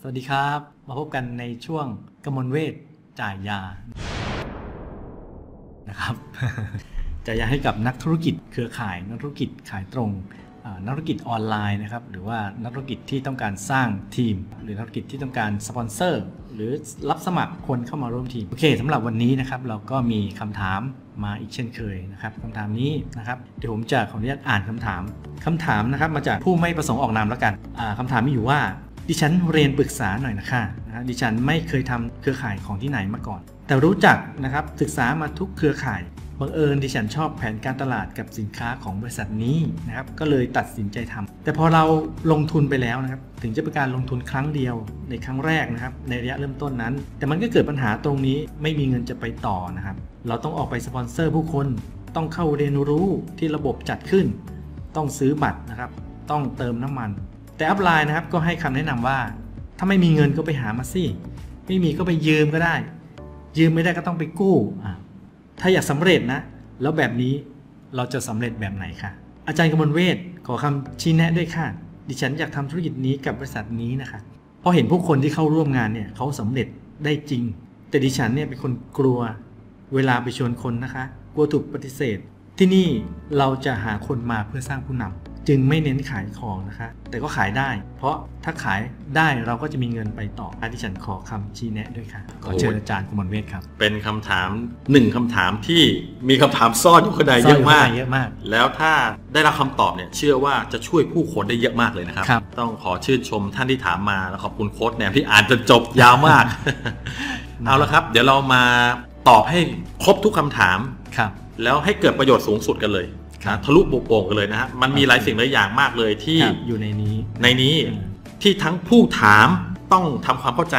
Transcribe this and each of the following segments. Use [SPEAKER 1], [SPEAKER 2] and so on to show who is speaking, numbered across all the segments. [SPEAKER 1] สวัสดีครับ มาพบกันในช่วงกมลเวทจ่ายยานะครับ จ่ายยาให้กับนักธุรกิจเครือข่าย นักธุรกิจขายตรงอ่านักธุรกิจออนไลน์นะครับหรือว่านักธุรกิจที่ต้องการสร้างทีม หรือนักธุรกิจที่ต้องการสปอนเซอร์ หรือรับสมัครคนเข้ามาร่วมทีมโอเคสำหรับวันนี้นะครับเราก็มีคำถามมาอีกเช่นเคยนะครับคำถามนี้นะครับเดี๋ยวผมจะขออนุญาตอ่านคำถามคำถามนะครับมาจากผู้ไม่ประสงค์ออกนามแล้วกันอ่าคำาถามมีอยู่ว่า ดิฉันเรียนปรึกษาหน่อยนะคะนะฮะดิฉันไม่เคยทำเครือข่ายของที่ไหนมาก่อน แต่รู้จักนะครับศึกษามาทุกเครือข่ายบังเอิญดิฉันชอบแผนการตลาดกับสินค้าของบริษัทนี้นะครับก็เลยตัดสินใจทำแต่พอเราลงทุนไปแล้วนะครับถึงจะเป็นการลงทุนครั้งเดียวในครั้งแรกนะครับในระยะเริ่มต้นนั้น แต่มันก็เกิดปัญหาตรงนี้ไม่มีเงินจะไปต่อนะครับเราต้องออกไปสปอนเซอร์ผู้คนต้องเข้าเรียนรู้ที่ระบบจัดขึ้น ต้องซื้อบัตรนะครับ ต้องเติมน้ำมัน แต่อัพไลน์นะครับก็ให้คำแนะนำว่า ถ้าไม่มีเงินก็ไปหามาสิ ไม่มีก็ไปยืมก็ได้ ยืมไม่ได้ก็ต้องไปกู้อ่ะถ้าอยากสำเร็จนะ แล้วแบบนี้เราจะสำเร็จแบบไหนคะอาจารย์กมลเวทขอคำชี้แนะด้วยค่ะ ดิฉันอยากทำธุรกิจนี้กับบริษัทนี้นะคะเพอเห็นผู้คนที่เข้าร่วมงานเนี่ยเขาสำเร็จได้จริง แต่ดิฉันเนี่ยเป็นคนกลัว เวลาไปชวนคนนะคะ กลัวถูกปฏิเสธ ที่นี่เราจะหาคนมาเพื่อสร้างผู้นำจึงไม่เน้นขายของนะคะ แต่ก็ขายได้ เพราะถ้าขายได้เราก็จะมีเงินไปต่ออาที่ฉันขอคำชี้แนะด้วยค่ะ ขอเชิญอาจารย์กมลเวทครับ
[SPEAKER 2] เป็นคำถามหนึ่งคำถามที่มีคำถามซ่อนอยู่ข้างในเยอะมาก
[SPEAKER 1] ซ่นข้งในเยอะมาก
[SPEAKER 2] แล้วถ้าได้รับคำตอบเนี่ยเชื่อว่าจะช่วยผู้คนได้เยอะมากเลยนะครับ
[SPEAKER 1] ครับ
[SPEAKER 2] ต้องขอชื่นชมท่านที่ถามมาแล้วขอบคุณโค้ดแนมที่อ่านจนจบยาวมาก เอาละครับ เดี๋ยวเรามาตอบให้ครบทุกคำถาม
[SPEAKER 1] ครับ
[SPEAKER 2] แล้วให้เกิดประโยชน์สูงสุดกันเลย
[SPEAKER 1] ครับ
[SPEAKER 2] นะทะลุโปร่งๆกันเลยนะฮะมันมีหลายสิ่งหลายอย่างมากเลยที่
[SPEAKER 1] ครับอยู่ในนี้
[SPEAKER 2] ในนี้
[SPEAKER 1] อืม
[SPEAKER 2] ที่ทั้งผู้ถามต้องทำความเข้าใจ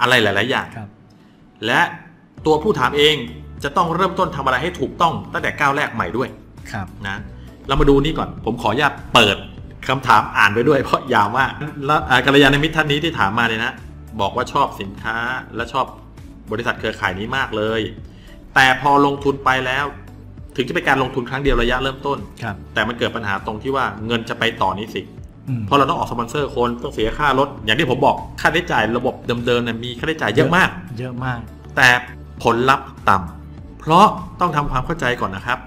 [SPEAKER 2] อะไรหลาย ๆ อย่าง
[SPEAKER 1] ครับ
[SPEAKER 2] และตัวผู้ถามเองจะต้องเริ่มต้นทำอะไรให้ถูกต้องตั้งแต่ก้าวแรกใหม่ด้วย
[SPEAKER 1] ครับ
[SPEAKER 2] นะเรามาดูนี่ก่อน ผมขออนุญาตเปิดคำถามอ่านไปด้วยเพราะยาวมากแล้วอ่ากัลยาณมิตรท่านนี้ที่ถามมาเลยนะ บอกว่าชอบสินค้าและชอบบริษัทเครือข่ายนี้มากเลย แต่พอลงทุนไปแล้ว ถึงจะเป็นการลงทุนครั้งเดียวระยะเริ่มต้น
[SPEAKER 1] ครับ
[SPEAKER 2] แต่มันเกิดปัญหาตรงที่ว่าเงินจะไปต่อนี้สิ
[SPEAKER 1] อืม
[SPEAKER 2] เพราะเราต้องออกสปอนเซอร์คนต้องเสียค่ารถอย่างที่ผมบอกค่าใช้จ่ายระบบเดิมๆเนี่ยมีค่าใช้จ่ายเยอะมาก
[SPEAKER 1] เยอะมาก
[SPEAKER 2] แต่ผลลัพธ์ต่ำ เพราะต้องทำความเข้าใจก่อนนะครับ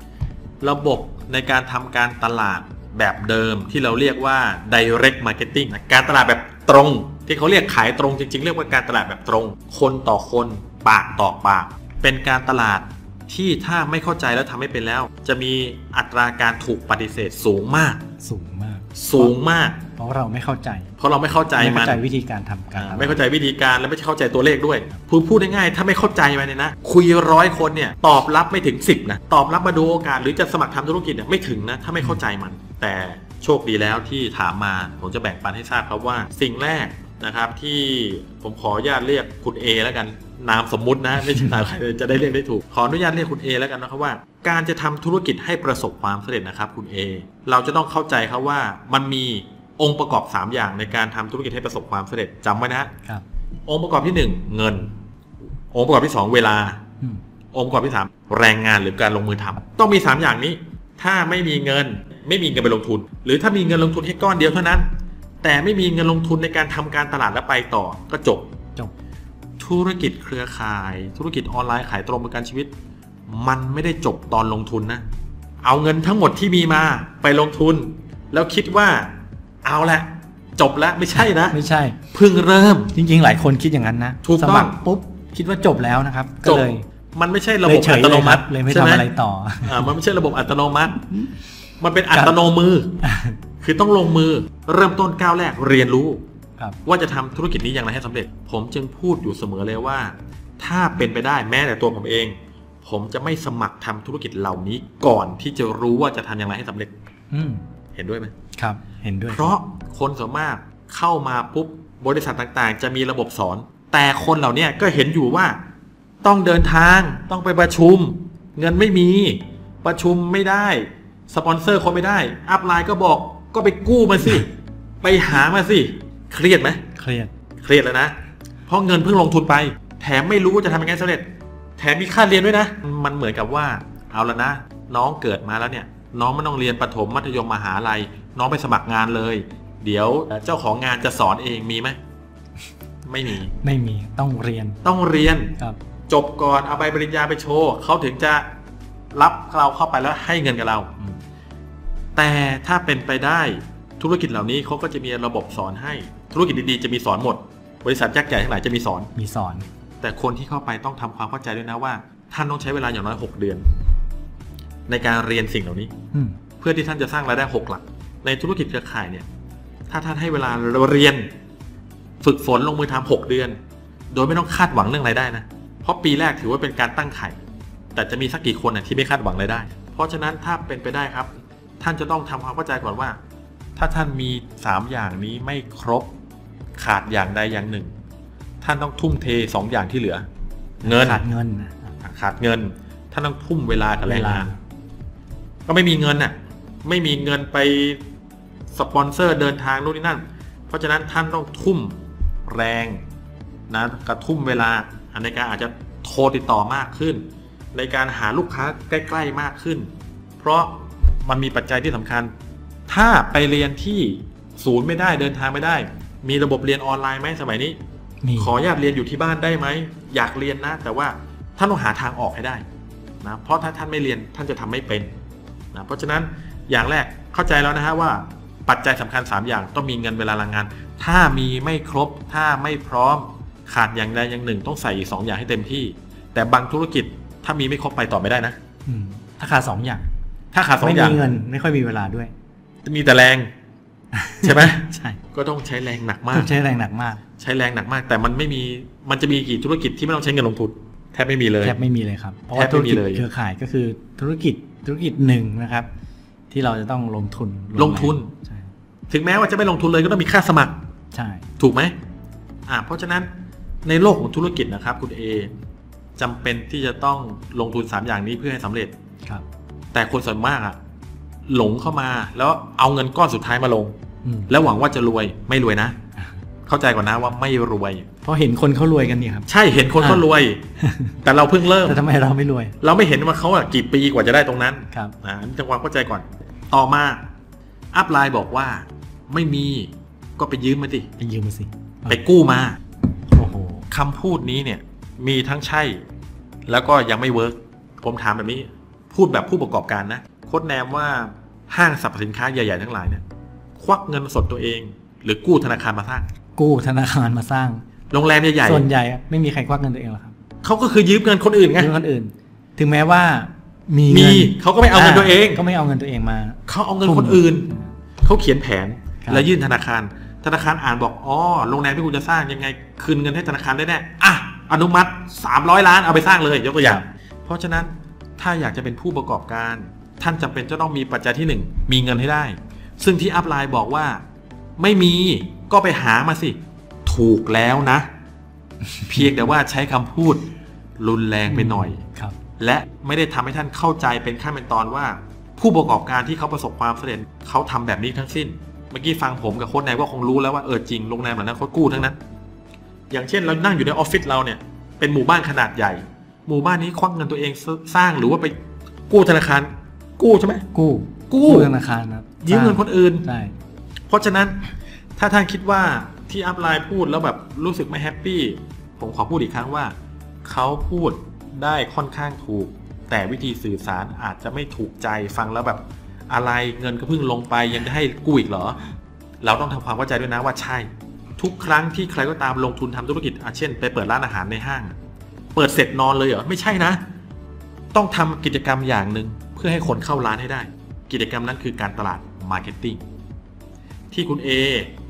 [SPEAKER 2] ระบบในการทำการตลาดแบบเดิมที่เราเรียกว่า direct marketing นะการตลาดแบบตรง ที่เขาเรียกขายตรงจริง ๆ เรียกว่าการตลาดแบบตรง คนต่อคนปากต่อปาก เป็นการตลาดที่ถ้าไม่เข้าใจแล้วทำไม่เป็นแล้ว จะมีอัตราการถูกปฏิเสธสูงมาก
[SPEAKER 1] สูงมาก
[SPEAKER 2] สูงมาก
[SPEAKER 1] เพราะเราไม่เข้าใจ
[SPEAKER 2] เพราะเราไม่เข้าใจ
[SPEAKER 1] ไม่
[SPEAKER 2] มั
[SPEAKER 1] เข้าน ใจวิธีการทำการตลาด
[SPEAKER 2] ไม่เข้าใจวิธีการและไม่เข้าใจตัวเลขด้วยพูดพูดง่ายๆถ้าไม่เข้าใจมันเนี่ยนะ คุยร้อยคนเนี่ยตอบรับไม่ถึง 10นะตอบรับมาดูโอกาสหรือจะสมัครทำธุรกิจเนี่ยไม่ถึงนะถ้าไม่เข้าใจมัน แต่โชคดีแล้วที่ถามมาผมจะแบ่งปันให้ทราบครับว่า สิ่งแรกนะครับที่ผมขออนุญาตเรียกคุณ A แล้วกันนามสมมุตินะไม่ใช่นามใครเลยจะได้เรียกได้ถูกขออนุญาตเรียกคุณ A แล้วกันนะครับว่า การจะทำธุรกิจให้ประสบความสำเร็จนะครับคุณ A เราจะต้องเข้าใจครับว่ามันมีองค์ประกอบ 3 อย่างในการทำธุรกิจให้ประสบความสำเร็จจำไว้นะฮะ
[SPEAKER 1] ครับ
[SPEAKER 2] องค์ประกอบที่หนึ่งเงิน องค์ประกอบที่สองเวลา
[SPEAKER 1] อืม
[SPEAKER 2] องค์ประกอบที่สามแรงงานหรือการลงมือทำต้องมีสามอย่างนี้ ถ้าไม่มีเงิน ไม่มีเงินไปลงทุน หรือถ้ามีเงินลงทุนแค่ก้อนเดียวเท่านั้น แต่ไม่มีเงินลงทุนในการทำการตลาดและไปต่อก็จบ
[SPEAKER 1] จบ
[SPEAKER 2] ธุรกิจเครือข่าย ธุรกิจออนไลน์ขายตรงประกันชีวิต มันไม่ได้จบตอนลงทุนนะ เอาเงินทั้งหมดที่มีมาไปลงทุน แล้วคิดว่า เอาละจบแล้วไม่ใช่นะ
[SPEAKER 1] ไม่ใช่
[SPEAKER 2] เพิ่งเริ่ม
[SPEAKER 1] จริงๆ หลายคนคิดอย่างนั้นนะ
[SPEAKER 2] ถูก
[SPEAKER 1] ส
[SPEAKER 2] ต้อง
[SPEAKER 1] มัครปุ๊บ คิดว่าจบแล้วนะครับ ก็
[SPEAKER 2] จบ
[SPEAKER 1] เลย
[SPEAKER 2] มันไม่ใช่ระ
[SPEAKER 1] เล
[SPEAKER 2] บ
[SPEAKER 1] ย
[SPEAKER 2] บ
[SPEAKER 1] เฉ
[SPEAKER 2] อั
[SPEAKER 1] ย
[SPEAKER 2] ต
[SPEAKER 1] เลย
[SPEAKER 2] โน
[SPEAKER 1] ค
[SPEAKER 2] มั
[SPEAKER 1] รับ
[SPEAKER 2] ติ
[SPEAKER 1] เลยไม่
[SPEAKER 2] ใช่
[SPEAKER 1] ทำ
[SPEAKER 2] ห
[SPEAKER 1] อะไรต่อ
[SPEAKER 2] อ่ามันไม่ใช่ระบบอัตโนมัติ มันเป็นอัตโนมือ คือต้องลงมือเริ่มต้นก้าวแรกเรียนรู้
[SPEAKER 1] ครับ
[SPEAKER 2] ว่าจะทำธุรกิจนี้อย่างไรให้สำเร็จ ผมจึงพูดอยู่เสมอเลยว่า ถ้าเป็นไปได้แม้แต่ตัวผมเอง ผมจะไม่สมัครทำธุรกิจเหล่านี้ก่อนที่จะรู้ว่าจะทำอย่างไรให้สำเร็จ
[SPEAKER 1] อืม
[SPEAKER 2] เห็นด้วยไหม
[SPEAKER 1] ครับ เห็นด้วย
[SPEAKER 2] เพราะคนส่วนมากเข้ามาปุ๊บบริษัทต่างๆ จะมีระบบสอน แต่คนเหล่าเนี้ยก็เห็นอยู่ว่า ต้องเดินทางต้องไปประชุม เงินไม่มีประชุมไม่ได้ สปอนเซอร์คนไม่ได้ อัพไลน์ก็บอกก็ไปกู้มาสิ ไปหามาสิ เครียดไหม
[SPEAKER 1] เครียด
[SPEAKER 2] เครียดแล้วนะ เพราะเงินเพิ่งลงทุนไป แถมไม่รู้ว่าจะทำยังไงสำเร็จ แถมมีค่าเรียนด้วยนะ มันเหมือนกับว่าเอาละนะ น้องเกิดมาแล้วเนี่ย น้องไม่ต้องเรียนประถมมัธยมมหาลัย น้องไปสมัครงานเลย เดี๋ยวเจ้าของงานจะสอนเองมีไหม ไม่มี
[SPEAKER 1] ไม่มีต้องเรียน
[SPEAKER 2] ต้องเรียน
[SPEAKER 1] ครับ
[SPEAKER 2] จบก่อนเอาใบปริญญาไปโชว์เขาถึงจะรับเราเข้าไปแล้วให้เงินกับเรา
[SPEAKER 1] อืม
[SPEAKER 2] แต่ถ้าเป็นไปได้ธุรกิจเหล่านี้เขาก็จะมีระบบสอนให้ ธุรกิจดีๆจะมีสอนหมด บริษัทยักษ์ใหญ่ทั้งหลายจะมีสอน
[SPEAKER 1] มีสอน
[SPEAKER 2] แต่คนที่เข้าไปต้องทำความเข้าใจด้วยนะว่า ท่านต้องใช้เวลาอย่างน้อย 6 เดือน ในการเรียนสิ่งเหล่านี้
[SPEAKER 1] อืม
[SPEAKER 2] เพื่อที่ท่านจะสร้างรายได้ 6 หลัก ในธุรกิจเครือข่ายเนี่ย ถ้าท่านให้เวลาเรียน ฝึกฝนลงมือทำหกเดือน โดยไม่ต้องคาดหวังเรื่องรายได้นะ เพราะปีแรกถือว่าเป็นการตั้งไข่ แต่จะมีสักกี่คนน่ะที่ไม่คาดหวังรายได้ เพราะฉะนั้นถ้าเป็นไปได้ครับ ท่านจะต้องทำความเข้าใจก่อนว่า ถ้าท่านมีสามอย่างนี้ไม่ครบขาดอย่างใดอย่างหนึ่ง ท่านต้องทุ่มเทสองอย่างที่เหลือ เงิน
[SPEAKER 1] ขาดเงินนะ
[SPEAKER 2] ขาดเงิน ท่านต้องทุ่มเวลากับแรงงาน
[SPEAKER 1] เวล
[SPEAKER 2] ก็ไม่มีเงินน่ะ ไม่มีเงินไปสปอนเซอร์เดินทางนู่นนี่นั่น เพราะฉะนั้นท่านต้องทุ่มแรงนะกระทุ่มเวลาอันในการอาจจะโทรติดต่อมากขึ้น ในการหาลูกค้าใกล้ๆมากขึ้น เพราะมันมีปัจจัยที่สำคัญ ถ้าไปเรียนที่ศูนย์ไม่ได้เดินทางไม่ได้ มีระบบเรียนออนไลน์ไหมสมัยนี้
[SPEAKER 1] มี
[SPEAKER 2] ขออนุญาตเรียนอยู่ที่บ้านได้ไหม อยากเรียนนะ แต่ว่าท่านต้องหาทางออกให้ได้นะเพราะถ้าท่านไม่เรียนท่านจะทำไม่เป็นนะเพราะฉะนั้นอย่างแรกเข้าใจแล้วนะฮะว่าปัจจัยสำคัญ 3 อย่างต้องมีเงินเวลาลางงาน ถ้ามีไม่ครบถ้าไม่พร้อมขาดอย่างใดอย่างหนึ่ง ต้องใส่อีกสองอย่างให้เต็มที่ แต่บางธุรกิจถ้ามีไม่ครบไปต่อไม่ได้นะ
[SPEAKER 1] อืมถ้าขาดสองอย่าง
[SPEAKER 2] ถ้าขาดสอง
[SPEAKER 1] ไม่
[SPEAKER 2] อย่า
[SPEAKER 1] มี
[SPEAKER 2] ง
[SPEAKER 1] เงินไม่ค่อยมีเวลาด้วย
[SPEAKER 2] มีแต่แรง ใช่ไหม
[SPEAKER 1] ใช่
[SPEAKER 2] ก็ต้องใช้แรงหนักมา
[SPEAKER 1] ต้
[SPEAKER 2] ก
[SPEAKER 1] องใช้แรงหนักมาก
[SPEAKER 2] ใช้แรงหนักมาก แต่มันไม่มีมันจะมีกี่ธุรกิจที่ไม่ต้องใช้เงินลงทุนแทบไม่มีเลย
[SPEAKER 1] แทบไม่มีเลยครับเพราะ
[SPEAKER 2] แท
[SPEAKER 1] ว่า
[SPEAKER 2] บ
[SPEAKER 1] ธุร
[SPEAKER 2] ไม่มี
[SPEAKER 1] กิจ
[SPEAKER 2] เลย
[SPEAKER 1] เครือข่ายก็คือธุรกิจธุรกิจหนึ่งนะครับ ที่เราจะต้องลงทุน
[SPEAKER 2] ลงทุน
[SPEAKER 1] ใช่
[SPEAKER 2] ถึงแม้ว่าจะไม่ลงทุนเลยก็ต้องมีค่าสมัคร
[SPEAKER 1] ใช่
[SPEAKER 2] ถูกไหมอ่าเพราะฉะนั้นในโลกของธุรกิจนะครับ คุณเอจำเป็นที่จะต้องลงทุน 3 อย่างนี้เพื่อให้สำเร็จ
[SPEAKER 1] ครับ
[SPEAKER 2] แต่คนส่วนมากอะหลงเข้ามาแล้วเอาเงินก้อนสุดท้ายมาลง
[SPEAKER 1] อืม
[SPEAKER 2] แล้วหวังว่าจะรวยไม่รวยนะ เข้าใจก่อนนะว่าไม่รวย
[SPEAKER 1] เพราะเห็นคนเขารวยกัน นี่ครับ
[SPEAKER 2] ใช่เห็นคนก็รวย แต่เราเพิ่งเริ่ม
[SPEAKER 1] แต่ทำไมเราไม่รวย
[SPEAKER 2] เราไม่เห็นว่าเขาอะกี่ปีกว่าจะได้ตรงนั้น
[SPEAKER 1] ครับ
[SPEAKER 2] อ่าอันนี้ทำความเข้าใจก่อน ต่อมา อัพไลน์บอกว่า ไม่มีก็ไปยืมมาสิ
[SPEAKER 1] ไปยืมมาสิ
[SPEAKER 2] ไปกู้มา
[SPEAKER 1] โอ้โห
[SPEAKER 2] คำพูดนี้เนี่ย มีทั้งใช่ แล้วก็ยังไม่เวิร์กผมถามแบบนี้ พูดแบบผู้ประกอบการนะ โคดแนมว่าห้างสรรพสินค้าใหญ่ ๆ ทั้งหลายเนี่ย ควักเงินสดตัวเอง หรือกู้ธนาคารมาสร้าง
[SPEAKER 1] กู้ธนาคารมาสร้าง
[SPEAKER 2] โรงแรมใหญ่
[SPEAKER 1] ส่วนใหญ่ไม่มีใครควักเงินตัวเองหรอกครับ
[SPEAKER 2] ๆเขาก็คือยืมเงินคนอื่นไง
[SPEAKER 1] ยืมคนอื่น ถึงแม้ว่ามี
[SPEAKER 2] มี
[SPEAKER 1] เงิน
[SPEAKER 2] เขาก็ไม่เอาเงินตัวเอง
[SPEAKER 1] ก็ไม่เอาเงินตัวเองมา
[SPEAKER 2] เขาเอาเงินคนอื่น เขาเขียนแผน
[SPEAKER 1] ครับ
[SPEAKER 2] แล้วยื่นธนาคาร ธนาคารอ่านบอกอ๋อโรงแรมที่คุณจะสร้างยังไงคืนเงินให้ธนาคารได้แน่อ่ะอนุมัติ 300 ล้านเอาไปสร้างเลยยกตัวอย่าง เพราะฉะนั้นถ้าอยากจะเป็นผู้ประกอบการ ท่านจำเป็นจะต้องมีปัจจัยที่หนึ่งมีเงินให้ได้ ซึ่งที่อัพไลน์บอกว่า ไม่มีก็ไปหามาสิ ถูกแล้วนะ เพียงแต่ว่าใช้คำพูดรุนแรงไปหน่อย
[SPEAKER 1] ครับ
[SPEAKER 2] และไม่ได้ทำให้ท่านเข้าใจเป็นขั้นเป็นตอนว่า ผู้ประกอบการที่เขาประสบความสำเร็จเขาทำแบบนี้ทั้งสิ้น เมื่อกี้ฟังผมกับโค้ชนายก็คงรู้แล้วว่าเออจริงโรงแรมเหล่านั้นเขากู้ทั้งนั้น อย่างเช่นเรานั่งอยู่ในออฟฟิศเราเนี่ยเป็นหมู่บ้านขนาดใหญ่ หมู่บ้านนี้ควักเงินตัวเองสสร้างหรือว่าไปกู้ธนาคาร กู้ใช่ไหม
[SPEAKER 1] กู้
[SPEAKER 2] กู้
[SPEAKER 1] ธนาคารครับ
[SPEAKER 2] ยืมเงินคนอื่น
[SPEAKER 1] ใช่
[SPEAKER 2] เพราะฉะนั้นถ้าท่านคิดว่าที่อัพไลน์พูดแล้วแบบรู้สึกไม่แฮปปี้ผมขอพูดอีกครั้งว่า เขาพูดได้ค่อนข้างถูก แต่วิธีสื่อสารอาจจะไม่ถูกใจฟังแล้วแบบอะไรเงินก็เพิ่งลงไปยังจะให้กู้อีกเหรอ เราต้องทำความเข้าใจด้วยนะว่าใช่ ทุกครั้งที่ใครก็ตามลงทุนทำธุรกิจอาเช่น ไปเปิดร้านอาหารในห้าง เปิดเสร็จนอนเลยเหรอไม่ใช่นะ ต้องทำกิจกรรมอย่างหนึ่งเพื่อให้คนเข้าร้านให้ได้ กิจกรรมนั้นคือการตลาดมาร์เก็ตติ้ง ที่คุณ A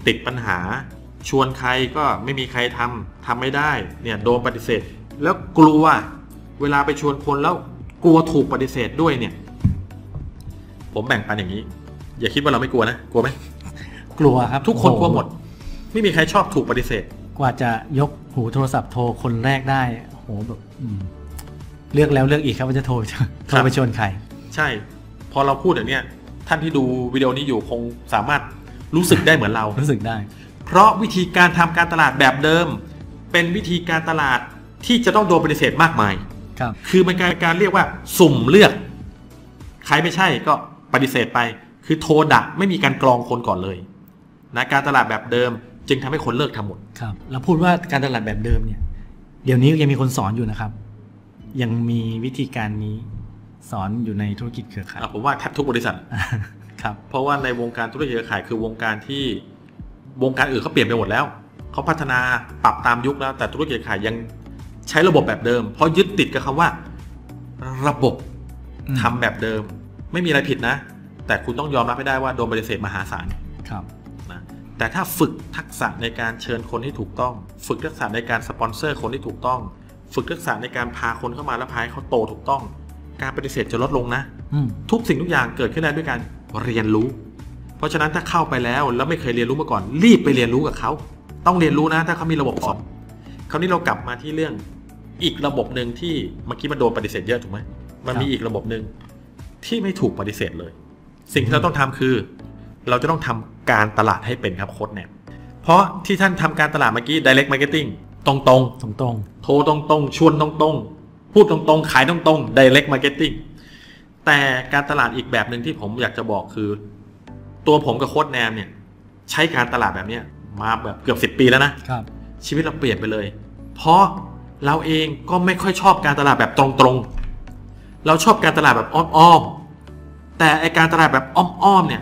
[SPEAKER 2] ติดปัญหา ชวนใครก็ไม่มีใครทำทำไม่ได้เนี่ยโดนปฏิเสธ แล้วกลัวเวลาไปชวนคนแล้วกลัวถูกปฏิเสธด้วยเนี่ย ผมแบ่งปันอย่างนี้ อย่าคิดว่าเราไม่กลัวนะ กลัวไหม
[SPEAKER 1] กลัวครับ
[SPEAKER 2] ทุกคน
[SPEAKER 1] โอ้โ
[SPEAKER 2] กลัวหมด ไม่มีใครชอบถูกปฏิเสธ
[SPEAKER 1] กว่าจะยกหูโทรศัพท์โทรคนแรกได้โอ้โหแบบอืมเลือกแล้วเลือกอีกครับว่าจะโทรโท
[SPEAKER 2] ครั
[SPEAKER 1] ร
[SPEAKER 2] บ
[SPEAKER 1] ไปชวนใคร
[SPEAKER 2] ใช่ พอเราพูดอย่างเนี้ยท่านที่ดูวิดีโอนี้อยู่คงสามารถรู้สึกได้เหมือนเรา
[SPEAKER 1] รู้สึกได้
[SPEAKER 2] เพราะวิธีการทำการตลาดแบบเดิม เป็นวิธีการตลาดที่จะต้องโดนปฏิเสธมากมาย
[SPEAKER 1] ครับ
[SPEAKER 2] คือมันกลายเป็นการเรียกว่าสุ่มเลือก ใครไม่ใช่ก็ปฏิเสธไป คือโทรดักไม่มีการกรองคนก่อนเลยนะการตลาดแบบเดิม จึงทำให้คนเลิกทำหมด
[SPEAKER 1] ครับเราพูดว่าการตลาดแบบเดิมเนี่ย เดี๋ยวนี้ยังมีคนสอนอยู่นะครับ ยังมีวิธีการนี้สอนอยู่ในธุรกิจเครือข่าย
[SPEAKER 2] อ่ะผมว่าแทบทุกบริษัท
[SPEAKER 1] ครับ
[SPEAKER 2] เพราะว่าในวงการธุรกิจเครือข่ายคือวงการที่วงการอื่นเขาเปลี่ยนไปหมดแล้ว เขาพัฒนาปรับตามยุคแล้วแต่ธุรกิจเครือข่ายยังใช้ระบบแบบเดิม เพราะยึดติดกับคำว่า ระบบ
[SPEAKER 1] อืม
[SPEAKER 2] ทำแบบเดิม ไม่มีอะไรผิดนะ แต่คุณต้องยอมรับให้ได้ว่าโดนปฏิเสธมหาศาล
[SPEAKER 1] ครับ
[SPEAKER 2] นะแต่ถ้าฝึกทักษะในการเชิญคนที่ถูกต้อง ฝึกทักษะในการสปอนเซอร์คนที่ถูกต้อง ฝึกทักษะในการพาคนเข้ามาและพาให้เขาโตถูกต้อง การปฏิเสธจะลดลงนะ
[SPEAKER 1] อืม
[SPEAKER 2] ทุกสิ่งทุกอย่างเกิดขึ้นได้ด้วยการเรียนรู้ เพราะฉะนั้นถ้าเข้าไปแล้วแล้วไม่เคยเรียนรู้มาก่อน รีบไปเรียนรู้กับเขา ต้องเรียนรู้นะถ้าเขามีระบบสอนคราวนี้เรากลับมาที่เรื่องอีกระบบหนึ่งที่เมื่อกี้มันโดนปฏิเสธเยอะถูกไหมมันมีอีกระบบหนึ่งที่ไม่ถูกปฏิเสธเลย สิ่งที่เราต้องทำคือ เราจะต้องทำการตลาดให้เป็นครับโค้ดแนบเพราะที่ท่านทำการตลาดเมื่อกี้ direct marketing ตรงๆ
[SPEAKER 1] ตรงตรง
[SPEAKER 2] โทรตรงๆ ชวนตรงๆ พูดตรงๆ ขายตรงๆ direct marketing แต่การตลาดอีกแบบหนึ่งที่ผมอยากจะบอกคือ ตัวผมกับโค้ดแนมเนี่ย ใช้การตลาดแบบเนี้ยมาแบบเกือบ 10 ปีแล้วนะ
[SPEAKER 1] ๆครับ
[SPEAKER 2] ชีวิตเราเปลี่ยนไปเลย เพราะเราเองก็ไม่ค่อยชอบการตลาดแบบตรงๆ เราชอบการตลาดแบบอ้อมๆ แต่ไอการตลาดแบบอ้อมๆ เนี่ย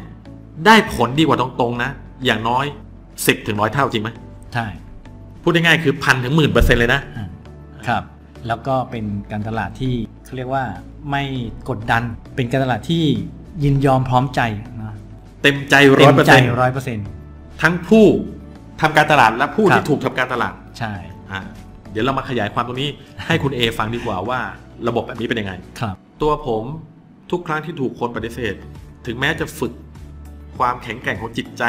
[SPEAKER 2] ได้ผลดีกว่าตรงๆ นะ อย่างน้อย 10ถึงร้อยเท่าจริงไหม
[SPEAKER 1] ใช่
[SPEAKER 2] พูดง่ายๆคือพันถึงหมื่นเปอร์เซ็นต์เลยนะ
[SPEAKER 1] อ่าครับ แล้วก็เป็นการตลาดที่เขาเรียกว่าไม่กดดัน เป็นการตลาดที่ยินยอมพร้อมใจนะ
[SPEAKER 2] เต็มใจร้อยเปอร์
[SPEAKER 1] ใจ
[SPEAKER 2] เซ็นต์
[SPEAKER 1] ร้อยเปอร์เซ็นต์
[SPEAKER 2] ทั้งผู้ทำการตลาดและผู้
[SPEAKER 1] ครับ
[SPEAKER 2] ที่ถูกทำการตลาด
[SPEAKER 1] ใช่
[SPEAKER 2] อ่ะเดี๋ยวเรามาขยายความตรงนี้ ให้คุณ A ฟังดีกว่าว่าระบบแบบนี้เป็นยังไง
[SPEAKER 1] ครับ
[SPEAKER 2] ตัวผมทุกครั้งที่ถูกคนปฏิเสธ ถึงแม้จะฝึกความแข็งแกร่งของจิตใจ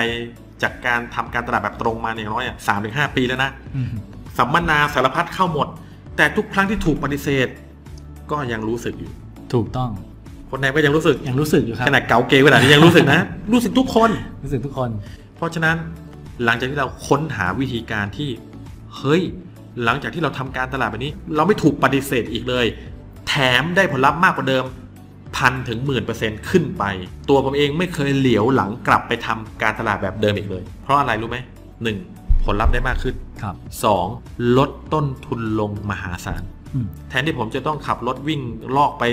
[SPEAKER 2] จากการทำการตลาดแบบตรงมาอย่างน้อยสามถึงห้าปีแล้วนะ
[SPEAKER 1] อืม
[SPEAKER 2] สัมมนาสารพัดเข้าหมด แต่ทุกครั้งที่ถูกปฏิเสธ ก็ยังรู้สึกอยู่
[SPEAKER 1] ถูกต้อง
[SPEAKER 2] คนไหนก็ยังรู้สึก
[SPEAKER 1] ยังรู้สึกอยู่ครับ
[SPEAKER 2] ขนาดเก๋าเกย์ขนาดนี้ยังรู้สึกนะ รู้สึกทุกคน
[SPEAKER 1] รู้สึกทุกคน
[SPEAKER 2] เพราะฉะนั้นหลังจากที่เราค้นหาวิธีการที่เฮ้ย หลังจากที่เราทำการตลาดแบบนี้ เราไม่ถูกปฏิเสธอีกเลย แถมได้ผลลัพธ์มากกว่าเดิมพันถึงหมื่นเปอร์เซ็นต์ขึ้นไป ตัวผมเองไม่เคยเหลียวหลังกลับไปทำการตลาดแบบเดิมอีกเลย เพราะอะไรรู้ไหมหนึ่งผลลัพธ์ได้มากขึ้น
[SPEAKER 1] ครับ
[SPEAKER 2] สองลดต้นทุนลงมหาศาล
[SPEAKER 1] อืม
[SPEAKER 2] แทนที่ผมจะต้องขับรถวิ่งลอกไป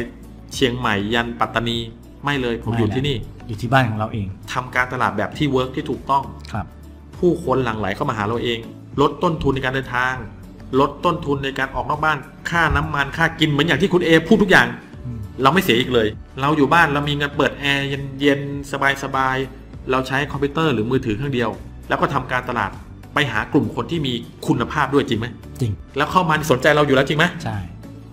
[SPEAKER 2] เชียงใหม่ยันปัตตานีไม่เลยผมอยู่ที่นี่
[SPEAKER 1] อยู่ที่บ้านของเราเอง
[SPEAKER 2] ทำการตลาดแบบที่เวิร์กที่ถูกต้อง
[SPEAKER 1] ครับ
[SPEAKER 2] ผู้คนหลั่งไหลเข้ามาหาเราเอง ลดต้นทุนในการเดินทาง ลดต้นทุนในการออกนอกบ้าน ค่าน้ำมันค่ากินเหมือนอย่างที่คุณเอพูดทุกอย่าง
[SPEAKER 1] อืม
[SPEAKER 2] เราไม่เสียอีกเลย เราอยู่บ้านเรามีเงินเปิดแอร์เย็นๆสบายๆเราใช้คอมพิวเตอร์หรือมือถือเครื่องเดียว แล้วก็ทำการตลาดไปหากลุ่มคนที่มีคุณภาพด้วยจริงไหม
[SPEAKER 1] จริง
[SPEAKER 2] แล้วเข้ามาสนใจเราอยู่แล้วจริงไหม
[SPEAKER 1] ใช่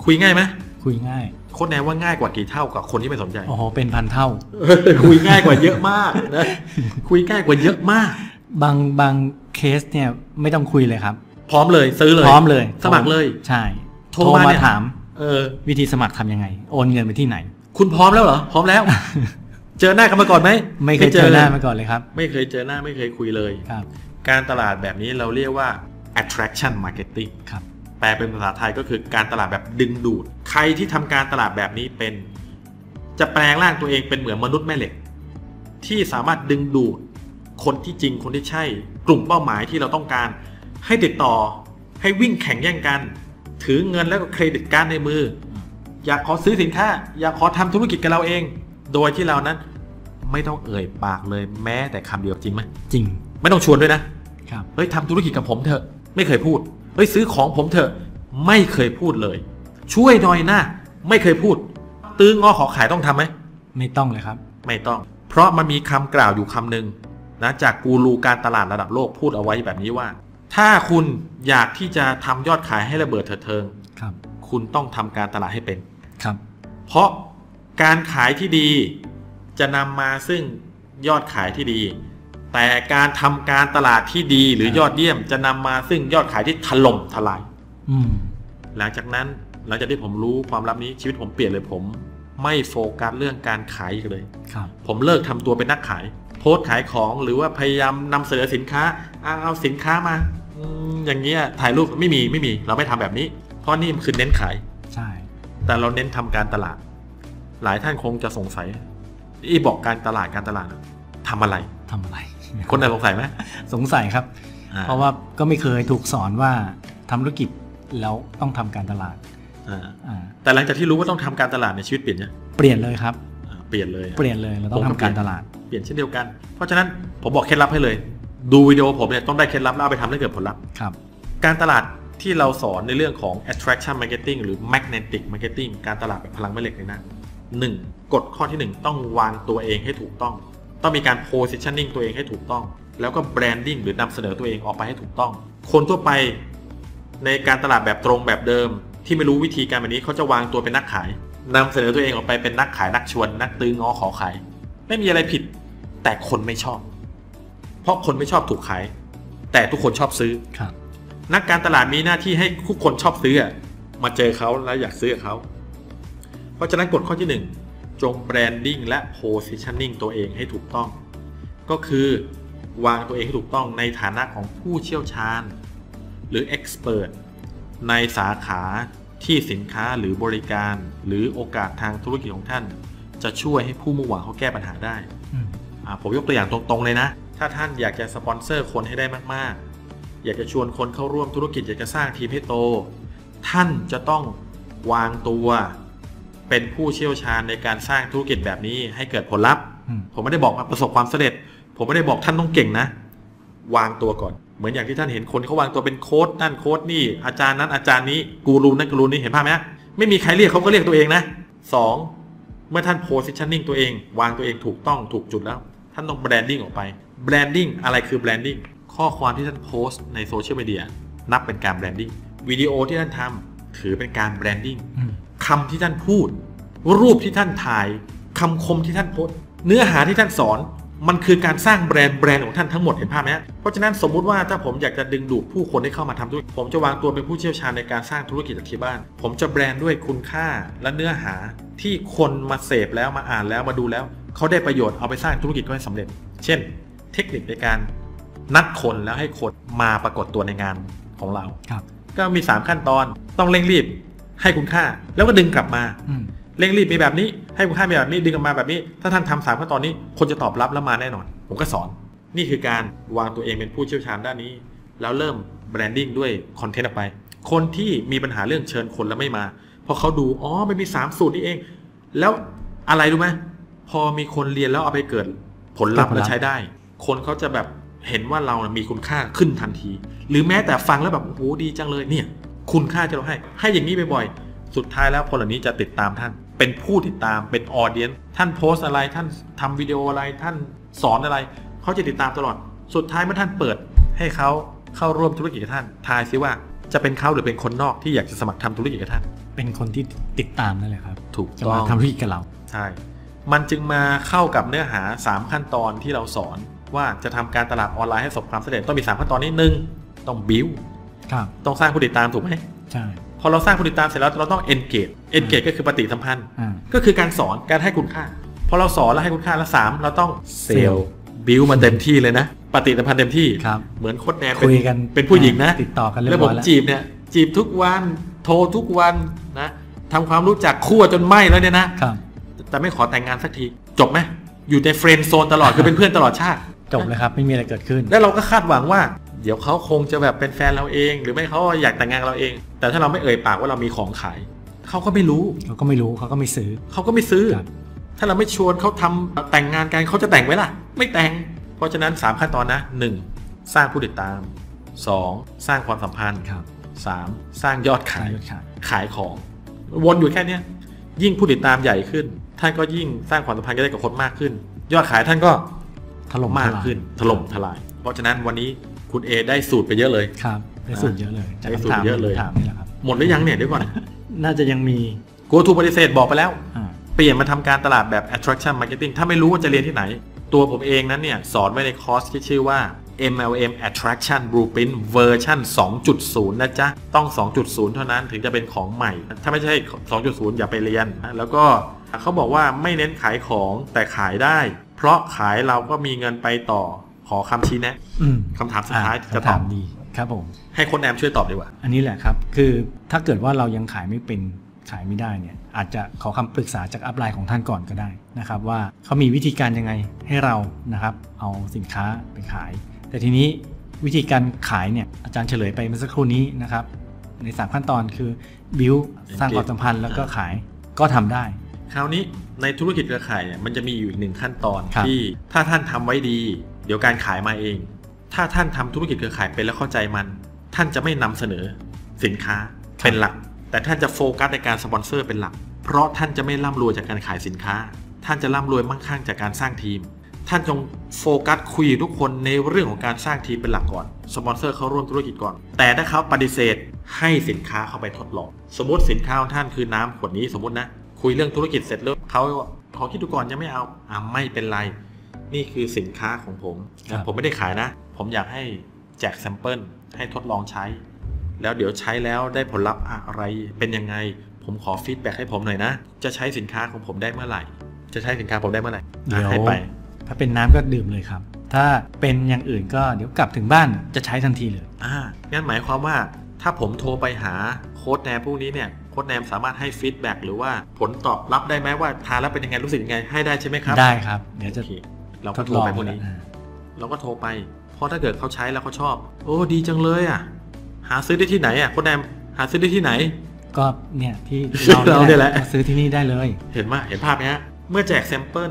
[SPEAKER 2] คุยง่ายไหม
[SPEAKER 1] คุยง่าย
[SPEAKER 2] โคตรแน่ว่าง่ายกว่ากี่เท่ากับคนที่ไม่สนใจ
[SPEAKER 1] โอ้โห เป็นพันเท่า
[SPEAKER 2] คุยง่ายกว่าเยอะมากนะ คุยง่ายกว่าเยอะมาก
[SPEAKER 1] บางบางเคสเนี่ยไม่ต้องคุยเลยครับ
[SPEAKER 2] พร้อมเลยซื้อเลย
[SPEAKER 1] พร้อมเลย
[SPEAKER 2] สมัครเลย
[SPEAKER 1] ใช่
[SPEAKER 2] โทรมาเนี่ย
[SPEAKER 1] ถาม
[SPEAKER 2] เออ
[SPEAKER 1] วิธีสมัครทำยังไง โอนเงินไปที่ไหน
[SPEAKER 2] คุณพร้อมแล้วเหรอ พร้อม แล้ว เจอหน้ากันมาก่อนไหม
[SPEAKER 1] ไม่เคยเจอหน้ามาก่อนเลยครับ
[SPEAKER 2] ไม่เคยเจอหน้าไม่เคยคุยเลย
[SPEAKER 1] ครับ
[SPEAKER 2] การตลาดแบบนี้เราเรียกว่า attraction marketing
[SPEAKER 1] ครับ
[SPEAKER 2] แปลเป็นภาษาไทยก็คือการตลาดแบบดึงดูด ใครที่ทำการตลาดแบบนี้เป็น จะแปลงร่างตัวเองเป็นเหมือนมนุษย์แม่เหล็ก ที่สามารถดึงดูด คนที่จริงคนที่ใช่ กลุ่มเป้าหมายที่เราต้องการ ให้ติดต่อ ให้วิ่งแข่งแย่งกัน ถือเงินแล้วก็เครดิตการดในมือ อยากขอซื้อสินค้า อยากขอทำธุรกิจกับเราเอง โดยที่เรานั้น ไม่ต้องเอ่ยปากเลยแม้แต่คำเดียวจริงไหม
[SPEAKER 1] จริง
[SPEAKER 2] ไม่ต้องชวนด้วยนะ
[SPEAKER 1] ครับ
[SPEAKER 2] เฮ้ยทำธุรกิจกับผมเถอะ ไม่เคยพูด เฮ้ยซื้อของผมเถอะ ไม่เคยพูดเลย ช่วยหน่อยนะ ไม่เคยพูด ตื้องอขอขายต้องทำไหม
[SPEAKER 1] ไม่ต้องเลยครับ
[SPEAKER 2] ไม่ต้อง เพราะมันมีคำกล่าวอยู่คำหนึ่งนะจากกูรูการตลาดระดับโลกพูดเอาไว้แบบนี้ว่า ถ้าคุณอยากที่จะทำยอดขายให้ระเบิดเถิดเทิง
[SPEAKER 1] ครับ
[SPEAKER 2] คุณต้องทำการตลาดให้เป็น
[SPEAKER 1] ครับ
[SPEAKER 2] เพราะการขายที่ดีจะนำมาซึ่งยอดขายที่ดี แต่การทำการตลาดที่ดีหรือยอดเยี่ยม จะนำมาซึ่งยอดขายที่ถล่มทลาย
[SPEAKER 1] อืม
[SPEAKER 2] หลังจากนั้นหลังจากที่ผมรู้ความลับนี้ชีวิตผมเปลี่ยนเลยผม ไม่โฟกัสเรื่องการขายอีกเลย
[SPEAKER 1] ครับ
[SPEAKER 2] ผมเลิกทำตัวเป็นนักขาย โพสต์ขายของหรือว่าพยายามนำเสนอสินค้าเอาเอาสินค้ามาอืมอย่างเงี้ยถ่ายรูปไม่มีไม่มีเราไม่ทำแบบนี้ เพราะนี่มันคือเน้นขาย
[SPEAKER 1] ใช่
[SPEAKER 2] แต่เราเน้นทำการตลาด หลายท่านคงจะสงสัยอีบอกการตลาดการตลาดทำอะไร
[SPEAKER 1] ทำอะไร
[SPEAKER 2] คนไหนสงสัยไหม
[SPEAKER 1] สงสัยครับ
[SPEAKER 2] อ่า
[SPEAKER 1] เพราะว่าก็ไม่เคยถูกสอนว่าทำธุรกิจแล้วต้องทำการตลาด
[SPEAKER 2] อ่า
[SPEAKER 1] อ่า
[SPEAKER 2] แต่หลังจากที่รู้ว่าต้องทำการตลาดในยชีวิตเปลี่ยนยัง
[SPEAKER 1] เปลี่ยนเลยครับ
[SPEAKER 2] อ่าเปลี่ยนเลยอะ
[SPEAKER 1] เปลี่ยนเลยเราต้องทำการตลาด
[SPEAKER 2] เปลี่ยนเช่นเดียวกัน เพราะฉะนั้นผมบอกเคล็ดลับให้เลย ดูวิดีโอผมเนี่ยต้องได้เคล็ดลับแล้วเอาไปทำได้เกิดผลลัพธ์
[SPEAKER 1] ครับ
[SPEAKER 2] การตลาดที่เราสอนในเรื่องของ attraction marketing หรือ magnetic marketing การตลาดแบบพลังแม่เหล็กเลยนะหนึ่งกฎข้อที่หนึ่งต้องวางตัวเองให้ถูกต้อง ต้องมีการ positioning ตัวเองให้ถูกต้อง แล้วก็ branding หรือนำเสนอตัวเองออกไปให้ถูกต้อง คนทั่วไปในการตลาดแบบตรงแบบเดิม ที่ไม่รู้วิธีการแบบนี้เขาจะวางตัวเป็นนักขายนำเสนอตัวเองออกไปเป็นนักขายนักชวน นักตื้องอขอขาย ไม่มีอะไรผิด แต่คนไม่ชอบ เพราะคนไม่ชอบถูกขาย แต่ทุกคนชอบซื้อ
[SPEAKER 1] ครับ
[SPEAKER 2] นักการตลาดมีหน้าที่ให้ทุกคนชอบซื้ออะมาเจอเขาแล้วอยากซื้อกับเขา เพราะฉะนั้นกฎข้อที่ 1 จงแบรนดิ้งและโพ s ิชันนิ่งตัวเองให้ถูกต้อง ก็คือวางตัวเองให้ถูกต้องในฐานะของผู้เชี่ยวชาญ หรือเอ็กซ์เพรสในสาขาที่สินค้าหรือบริการ หรือโอกาสทางธุรกิจของท่าน จะช่วยให้ผู้มุ่งหวังเขาแก้ปัญหาได้
[SPEAKER 1] อืม
[SPEAKER 2] อ่าผมยกตัวอย่างตรงๆเลยนะ ถ้าท่านอยากจะสปอนเซอร์คนให้ได้มากๆ อยากจะชวนคนเข้าร่วมธุรกิจ อยากจะสร้างทีมให้โต ท่านจะต้องวางตัวเป็นผู้เชี่ยวชาญในการสร้างธุรกิจแบบนี้ให้เกิดผลลัพธ์
[SPEAKER 1] อืม
[SPEAKER 2] ผมไม่ได้บอกว่าประสบความสำเร็จ ผมไม่ได้บอกท่านต้องเก่งนะ วางตัวก่อน เหมือนอย่างที่ท่านเห็นคนเขาวางตัวเป็นโค้ดนั่นโค้ดนี่ อาจารย์นั้นอาจารย์นี้ กูรูนั่นกูรูนี่เห็นภาพไหมฮะไม่มีใครเรียกเขาก็เรียกตัวเองนะสองเมื่อท่าน positioning ตัวเอง วางตัวเองถูกต้องถูกจุดแล้ว ท่านต้อง branding ออกไป branding อะไรคือ branding ข้อความที่ท่านโพสต์ในโซเชียลมีเดียนับเป็นการ branding วิดีโอที่ท่านทำถือเป็นการ branding
[SPEAKER 1] อืม
[SPEAKER 2] คำที่ท่านพูด รูปที่ท่านถ่ายคำคมที่ท่านโพสต์เนื้อหาที่ท่านสอน มันคือการสร้างแบรนด์แบรนด์ของท่านทั้งหมดเห็นภาพไหมฮะเพราะฉะนั้นสมมุติว่าถ้าผมอยากจะดึงดูดผู้คนให้เข้ามาทำธุรกิจผมจะวางตัวเป็นผู้เชี่ยวชาญในการสร้างธุรกิจจากที่บ้าน ผมจะแบรนด์ด้วยคุณค่าและเนื้อหาที่คนมาเสพแล้วมาอ่านแล้วมาดูแล้ว เขาได้ประโยชน์เอาไปสร้างธุรกิจก็ให้สำเร็จ เช่น เทคนิคในการนัดคนแล้วให้คนมาปรากฏตัวในงานของเรา
[SPEAKER 1] ครับ
[SPEAKER 2] ก็มี 3 ขั้นตอน ต้องเร่งรีบ ให้คุณค่า แล้วก็ดึงกลับมา
[SPEAKER 1] อืม
[SPEAKER 2] เร่งรีบมีแบบนี้ ให้คุณค่ามีแบบนี้ ดึงกลับมาแบบนี้ ถ้าท่านทำสามขั้นตอนนี้ คนจะตอบรับแล้วมาแน่นอน ผมก็สอน นี่คือการวางตัวเองเป็นผู้เชี่ยวชาญด้านนี้ แล้วเริ่มแบรนดิ้งด้วยคอนเทนต์ออกไป คนที่มีปัญหาเรื่องเชิญคนแล้วไม่มา พอเขาดู อ๋อ มันมี 3 สูตรนี่เอง แล้วอะไรรู้ไหมพอมีคนเรียนแล้วเอาไปเกิด ผลลัพธ์แล้วใช้ได้ คนเขาจะแบบเห็นว่าเรานะมีคุณค่าขึ้นทันที หรือแม้แต่ฟังแล้วแบบโอ้โหดีจังเลยเนี่ย คุณค่าที่เราให้ ให้อย่างนี้บ่อยๆสุดท้ายแล้วคนเหล่านี้จะติดตามท่าน เป็นผู้ติดตามเป็นออเดียนท่านโพสต์อะไรท่านทำวิดีโออะไรท่านสอนอะไร เขาจะติดตามตลอด สุดท้ายเมื่อท่านเปิด ให้เขาเข้าร่วมธุรกิจกับท่านทายซิว่าจะเป็นเขาหรือเป็นคนนอกที่อยากจะสมัครทำธุรกิจกับท่าน
[SPEAKER 1] เป็นคนที่ติดตามนั่นแหละครับ
[SPEAKER 2] ถูก
[SPEAKER 1] จะ
[SPEAKER 2] ต้
[SPEAKER 1] มา
[SPEAKER 2] อง
[SPEAKER 1] ทำธุรกิจกับเรา
[SPEAKER 2] ใช่ มันจึงมาเข้ากับเนื้อหา 3 ขั้นตอนที่เราสอนว่าจะทำการตลาดออนไลน์ให้ประสบความสำเร็จต้องมี 3 ขั้นตอนนี้หนึ่งต้องบิว
[SPEAKER 1] ครับ
[SPEAKER 2] ต้องสร้างผู้ติดตามถูกไหม
[SPEAKER 1] ใช่
[SPEAKER 2] พอเราสร้างผู้ติดตามเสร็จแล้วเราต้อง engage engage ก็คือปฏิสัมพันธ์
[SPEAKER 1] อ่า
[SPEAKER 2] ก็คือการสอนการให้คุณค่า พอเราสอนแล้วให้คุณค่าแล้วสามเราต้อง
[SPEAKER 1] Sell
[SPEAKER 2] บิวมาเต็มที่เลยนะ ปฏิสัมพันธ์เต็มที่
[SPEAKER 1] ครับ
[SPEAKER 2] เหมือนโคดแนร์เป็
[SPEAKER 1] คุยกัน
[SPEAKER 2] เป็นผู้หญิงนะ
[SPEAKER 1] ติดต่อกันเรีย
[SPEAKER 2] แล้ว
[SPEAKER 1] บ
[SPEAKER 2] ผ
[SPEAKER 1] ร้อ
[SPEAKER 2] ม
[SPEAKER 1] ยแล้ว
[SPEAKER 2] จีบเนี่ยจีบทุกวันโทรทุกวันนะทำความรู้จักคั่วจนไหม้แล้วเนี่ยนะ
[SPEAKER 1] ครับ
[SPEAKER 2] แต่ไม่ขอแต่งงานสักทีจบไหมอยู่ในเฟรนด์โซนตลอด คือเป็นเพื่อนตลอดชาติ
[SPEAKER 1] จบเลยครับ ไม่มีอะไรเกิดขึ้น
[SPEAKER 2] แล้วเราก็คาดหวังว่า เดี๋ยวเขาคงจะแบบเป็นแฟนเราเอง หรือไม่เขาอยากแต่งงานกับเราเอง แต่ถ้าเราไม่เอ่ยปากว่าเรามีของขายเขาก็ไม่รู้
[SPEAKER 1] เขาก็ไม่รู้เขาก็ไม่ซื้อ
[SPEAKER 2] เขาก็ไม่ซื้อ
[SPEAKER 1] ครับ
[SPEAKER 2] ถ้าเราไม่ชวนเขาทำแต่งงานกันเขาจะแต่งไหมล่ะ ไม่แต่ง เพราะฉะนั้นสามขั้นตอนนะหนึ่งสร้างผู้ติดตามสองสร้างความสัมพันธ์
[SPEAKER 1] ครับ
[SPEAKER 2] สามสร้างยอด
[SPEAKER 1] ขา
[SPEAKER 2] ขายย
[SPEAKER 1] ยกขาย
[SPEAKER 2] ขายของ วนอยู่แค่เนี้ยยิ่งผู้ติดตามใหญ่ขึ้น ท่านก็ยิ่งสร้างความสัมพันธ์ก็ได้กับคนมากขึ้น ยอดขายท่านก็
[SPEAKER 1] ถล่ม
[SPEAKER 2] มา
[SPEAKER 1] ท
[SPEAKER 2] ก
[SPEAKER 1] ลาย
[SPEAKER 2] ขึ้นถล่มทลาย เพราะฉะนั้นวันนี้คุณเอได้สูตรไปเยอะเลย
[SPEAKER 1] ครับได้สูตรเยอะเลยจาก
[SPEAKER 2] ได้สูต
[SPEAKER 1] คำ
[SPEAKER 2] ร
[SPEAKER 1] ถาม
[SPEAKER 2] เยอะเลย
[SPEAKER 1] คำถามนี่แหละครับ
[SPEAKER 2] หมดหรือยังเนี่ยเดี๋ยวก่อน
[SPEAKER 1] น่าจะยังมี
[SPEAKER 2] กลัวถูกปฏิเสธบอกไปแล้ว
[SPEAKER 1] อ่า
[SPEAKER 2] เปลี่ยนมาทำการตลาดแบบ attraction marketing ถ้าไม่รู้ว่าจะเรียนที่ไหน ตัวผมเองนั้นเนี่ย สอนไว้ในคอร์สที่ชื่อว่า MLM Attraction Blueprint Version 2.0 นะจ๊ะ ต้อง 2.0 เท่านั้นถึงจะเป็นของใหม่ ถ้าไม่ใช่ 2.0 อย่าไปเรียนนะแล้วก็เขาบอกว่าไม่เน้นขายของแต่ขายได้ เพราะขายเราก็มีเงินไปต่อขอคำชี้แนะ
[SPEAKER 1] อืม
[SPEAKER 2] คำถามสุดท้าย
[SPEAKER 1] อ่
[SPEAKER 2] จะ
[SPEAKER 1] คำ
[SPEAKER 2] ต
[SPEAKER 1] ถา
[SPEAKER 2] อบ
[SPEAKER 1] มดีครับผม
[SPEAKER 2] ให้คนแอมช่วยตอบดีกว่า
[SPEAKER 1] อันนี้แหละครับ คือถ้าเกิดว่าเรายังขายไม่เป็นขายไม่ได้เนี่ย อาจจะขอคำปรึกษาจากอัพไลน์ของท่านก่อนก็ได้นะครับ ว่าเขามีวิธีการยังไงให้เรานะครับ เอาสินค้าไปขาย แต่ทีนี้ วิธีการขายเนี่ยอาจารย์เฉลยไปเมื่อสักครู่นี้นะครับในสามขั้นตอนคือ build สร้างความสัมพันธ์แล้วก็ขายก็ทำได้
[SPEAKER 2] คราวนี้ในธุรกิจเครือข่ายเนี่ยมันจะมีอยู่อีกหนึ่งขั้นตอน
[SPEAKER 1] ครับ
[SPEAKER 2] ที่ถ้าท่านทำไว้ดี เดี๋ยวการขายมาเอง ถ้าท่านทำธุรกิจเครือข่ายเป็นแล้วเข้าใจมัน ท่านจะไม่นำเสนอสินค้าเป็นหลัก แต่ท่านจะโฟกัสในการสปอนเซอร์เป็นหลัก เพราะท่านจะไม่ร่ำรวยจากการขายสินค้า ท่านจะร่ำรวยมั่งคั่งจากการสร้างทีม ท่านจงโฟกัสคุยกับทุกคนในเรื่องของการสร้างทีมเป็นหลักก่อน สปอนเซอร์เขาร่วมธุรกิจก่อน แต่ถ้าเขาปฏิเสธให้สินค้าเข้าไปทดลอง สมมติสินค้าของท่านคือน้ำขวดนี้สมมตินะ คุยเรื่องธุรกิจเสร็จแล้วเขาบอกขอคิดดูก่อนยังไม่เอาอ่าไม่เป็นไร นี่คือสินค้าของผม
[SPEAKER 1] ครั
[SPEAKER 2] นะ
[SPEAKER 1] บ
[SPEAKER 2] ผมไม่ได้ขายนะ ผมอยากให้แจกแซมเปิลให้ทดลองใช้ แล้วเดี๋ยวใช้แล้วได้ผลลัพธ์อะไรเป็นยังไง ผมขอฟีดแบ็กให้ผมหน่อยนะ จะใช้สินค้าของผมได้เมื่อไหร่ จะใช้สินค้าผมได้เมื่อไหร่
[SPEAKER 1] เดี๋ยว
[SPEAKER 2] ให้ไป
[SPEAKER 1] ถ้าเป็นน้ำก็ดื่มเลยครับ ถ้าเป็นอย่างอื่นก็เดี๋ยวกลับถึงบ้านจะใช้ทันทีเลย
[SPEAKER 2] อ่างั้นหมายความว่าถ้าผมโทรไปหาโค้ดแนมพวกนี้เนี่ยโค้ดแนมสามารถให้ฟีดแบ็กหรือว่าผลตอบรับได้ไหมว่าทานแล้วเป็นยังไงรู้สึกยังไงให้ได้ใช่ไหมครับ
[SPEAKER 1] ได้ครับ เดี๋ยว
[SPEAKER 2] โอ
[SPEAKER 1] จะ
[SPEAKER 2] เคเรา
[SPEAKER 1] ท
[SPEAKER 2] ก็
[SPEAKER 1] ด
[SPEAKER 2] โทร
[SPEAKER 1] ลอง
[SPEAKER 2] ไปพวกนี้
[SPEAKER 1] อ่า
[SPEAKER 2] เราก็โทรไป เพราะถ้าเกิดเขาใช้แล้วเขาชอบ โอ้ดีจังเลยอ่ะ หาซื้อได้ที่ไหนอ่ะโค้ดแนมหาซื้อได้ที่ไหน
[SPEAKER 1] ก็เนี่ยที่
[SPEAKER 2] เราเนี่ยแหละ
[SPEAKER 1] มาซื้อที่นี่ได้เลย
[SPEAKER 2] เห็นไหมเห็นภาพไหมฮะ เมื่อแจกแซมเปิล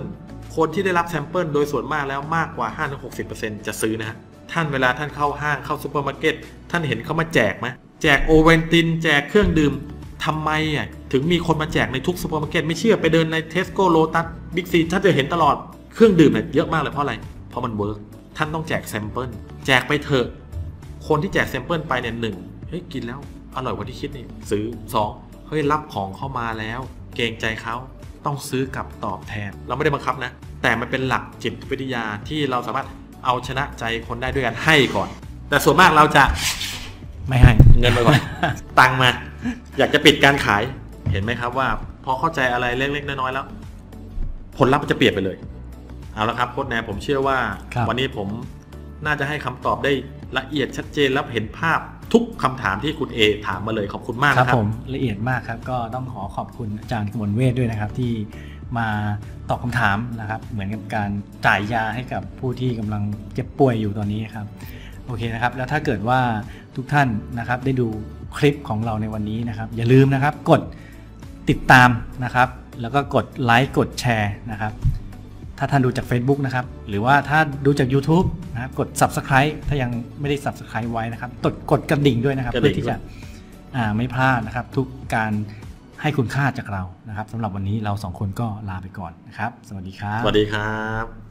[SPEAKER 2] คนที่ได้รับแซมเปิลโดยส่วนมากแล้วมากกว่า 5-60%จะซื้อนะฮะ ท่านเวลาท่านเข้าห้างเข้าซูเปอร์มาร์เก็ตท่านเห็นเขามาแจกไหมแจกโอเวนติน แจกเครื่องดื่มทำไมอ่ะถึงมีคนมาแจกในทุกซูเปอร์มาร์เก็ตไม่เชื่อไปเดินในเทสโก้โลตัสบิ๊กซีท่านจะเห็นตลอดเครื่องดื่มเนี่ยเยอะมากเลยเพราะอะไร เพราะมันเวิร์กท่านต้องแจกแซมเปิลแจกไปเถอะ คนที่แจกแซมเปิลไปเนี่ยหนึ่งเฮ้ยกินแล้วอร่อยกว่าที่คิดนี่ซื้อสองเฮ้ยรับของเข้ามาแล้ว เกรงใจเขาต้องซื้อกลับตอบแทน เราไม่ได้บังคับนะ แต่มันเป็นหลักจิตวิทยาที่เราสามารถเอาชนะใจคนได้ด้วยการให้ก่อน แต่ส่วนมากเราจะ
[SPEAKER 1] ไม่ให้
[SPEAKER 2] เงินไปก่อน ตังค์มา อยากจะปิดการขายเห็นไหมครับว่า พอเข้าใจอะไรเล็กๆน้อยๆแล้ว ผลลัพธ์มันจะเปลี่ยนไปเลย เอาละครับโค้ชแนนผมเชื่อว่า
[SPEAKER 1] ครับ
[SPEAKER 2] วันนี้ผมน่าจะให้คำตอบได้ละเอียดชัดเจนและเห็นภาพทุกคำถามที่คุณเอถามมาเลยขอบคุณมาก
[SPEAKER 1] ครับ
[SPEAKER 2] นะครั
[SPEAKER 1] ผ
[SPEAKER 2] บ
[SPEAKER 1] มละเอียดมากครับ ก็ต้องขอขอบคุณอาจารย์กมลเวทด้วยนะครับ ที่มาตอบคำถามนะครับ เหมือนกับการจ่ายยาให้กับผู้ที่กำลังเจ็บป่วยอยู่ตอนนี้ครับ โอเคนะครับ แล้วถ้าเกิดว่าทุกท่านนะครับได้ดูคลิปของเราในวันนี้นะครับ อย่าลืมนะครับกดติดตามนะครับ แล้วก็กดไลค์กดแชร์นะครับ ถ้าท่านดูจาก Facebook นะครับ หรือว่าถ้าดูจาก YouTube นะครับกด Subscribe ถ้ายังไม่ได้ Subscribe ไว้นะครับกดกดกระดิ่งด้วยนะครับ
[SPEAKER 2] กระดิ่
[SPEAKER 1] เพื่อง ที่
[SPEAKER 2] ด้
[SPEAKER 1] จะ
[SPEAKER 2] วย
[SPEAKER 1] อ่าไม่พลาดนะครับ ทุกการให้คุณค่าจากเรานะครับสำหรับวันนี้เราสองคนก็ลาไปก่อนนะครับ สวัสดีครับ
[SPEAKER 2] สวัสดีครับ